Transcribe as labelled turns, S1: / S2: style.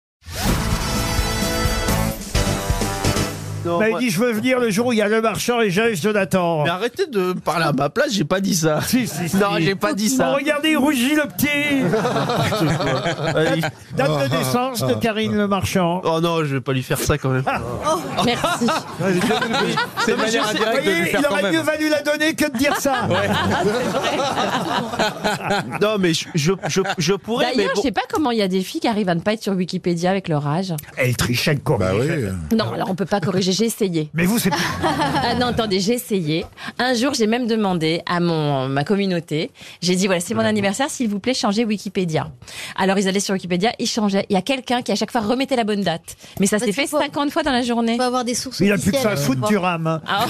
S1: Bah, Il
S2: Bah,
S1: m'a dit, je veux venir le jour où il y a le marchand et Joyce Jonathan.
S3: Mais arrêtez de parler à ma place, j'ai pas dit ça.
S1: Si, si, si.
S3: Non, j'ai pas dit
S1: Oh,
S3: ça.
S1: regardez, il rougit le petit Date- Date de naissance de Karine Le Marchand.
S3: Oh non, je vais pas lui faire ça quand même.
S4: Merci.
S2: Ah, C'est une
S1: Vous
S2: manière indirecte de lui
S1: voyez,
S2: faire
S1: il
S2: quand
S1: aurait mieux
S2: même.
S1: valu la donner que de dire ça.
S3: Non, mais je, je, je, je pourrais, mais
S4: D'ailleurs, je
S3: bon.
S4: sais pas comment il y a des filles qui arrivent à ne pas être sur Wikipédia avec leur âge.
S1: Elle trichait le
S5: Bah oui.
S3: Ah.
S4: Non, alors on peut pas corriger, j'ai essayé.
S1: Mais vous, c'est
S4: Ah non, attendez, j'ai essayé. Un jour, j'ai même demandé à mon ma communauté. J'ai dit voilà, c'est mon anniversaire, s'il vous plaît, changez Wikipédia. Alors ils allaient sur Wikipédia, ils changeaient. Il y a quelqu'un qui à chaque fois remettait la bonne date. Mais ça
S3: Bah,
S6: Parce
S4: s'est
S6: qu'il
S4: fait
S6: faut-
S4: 50 fois dans la journée.
S6: faut avoir des sources
S1: il a plus que ça à
S6: officielles, faut
S1: foutre
S6: voir.
S1: du rame.
S4: Ah.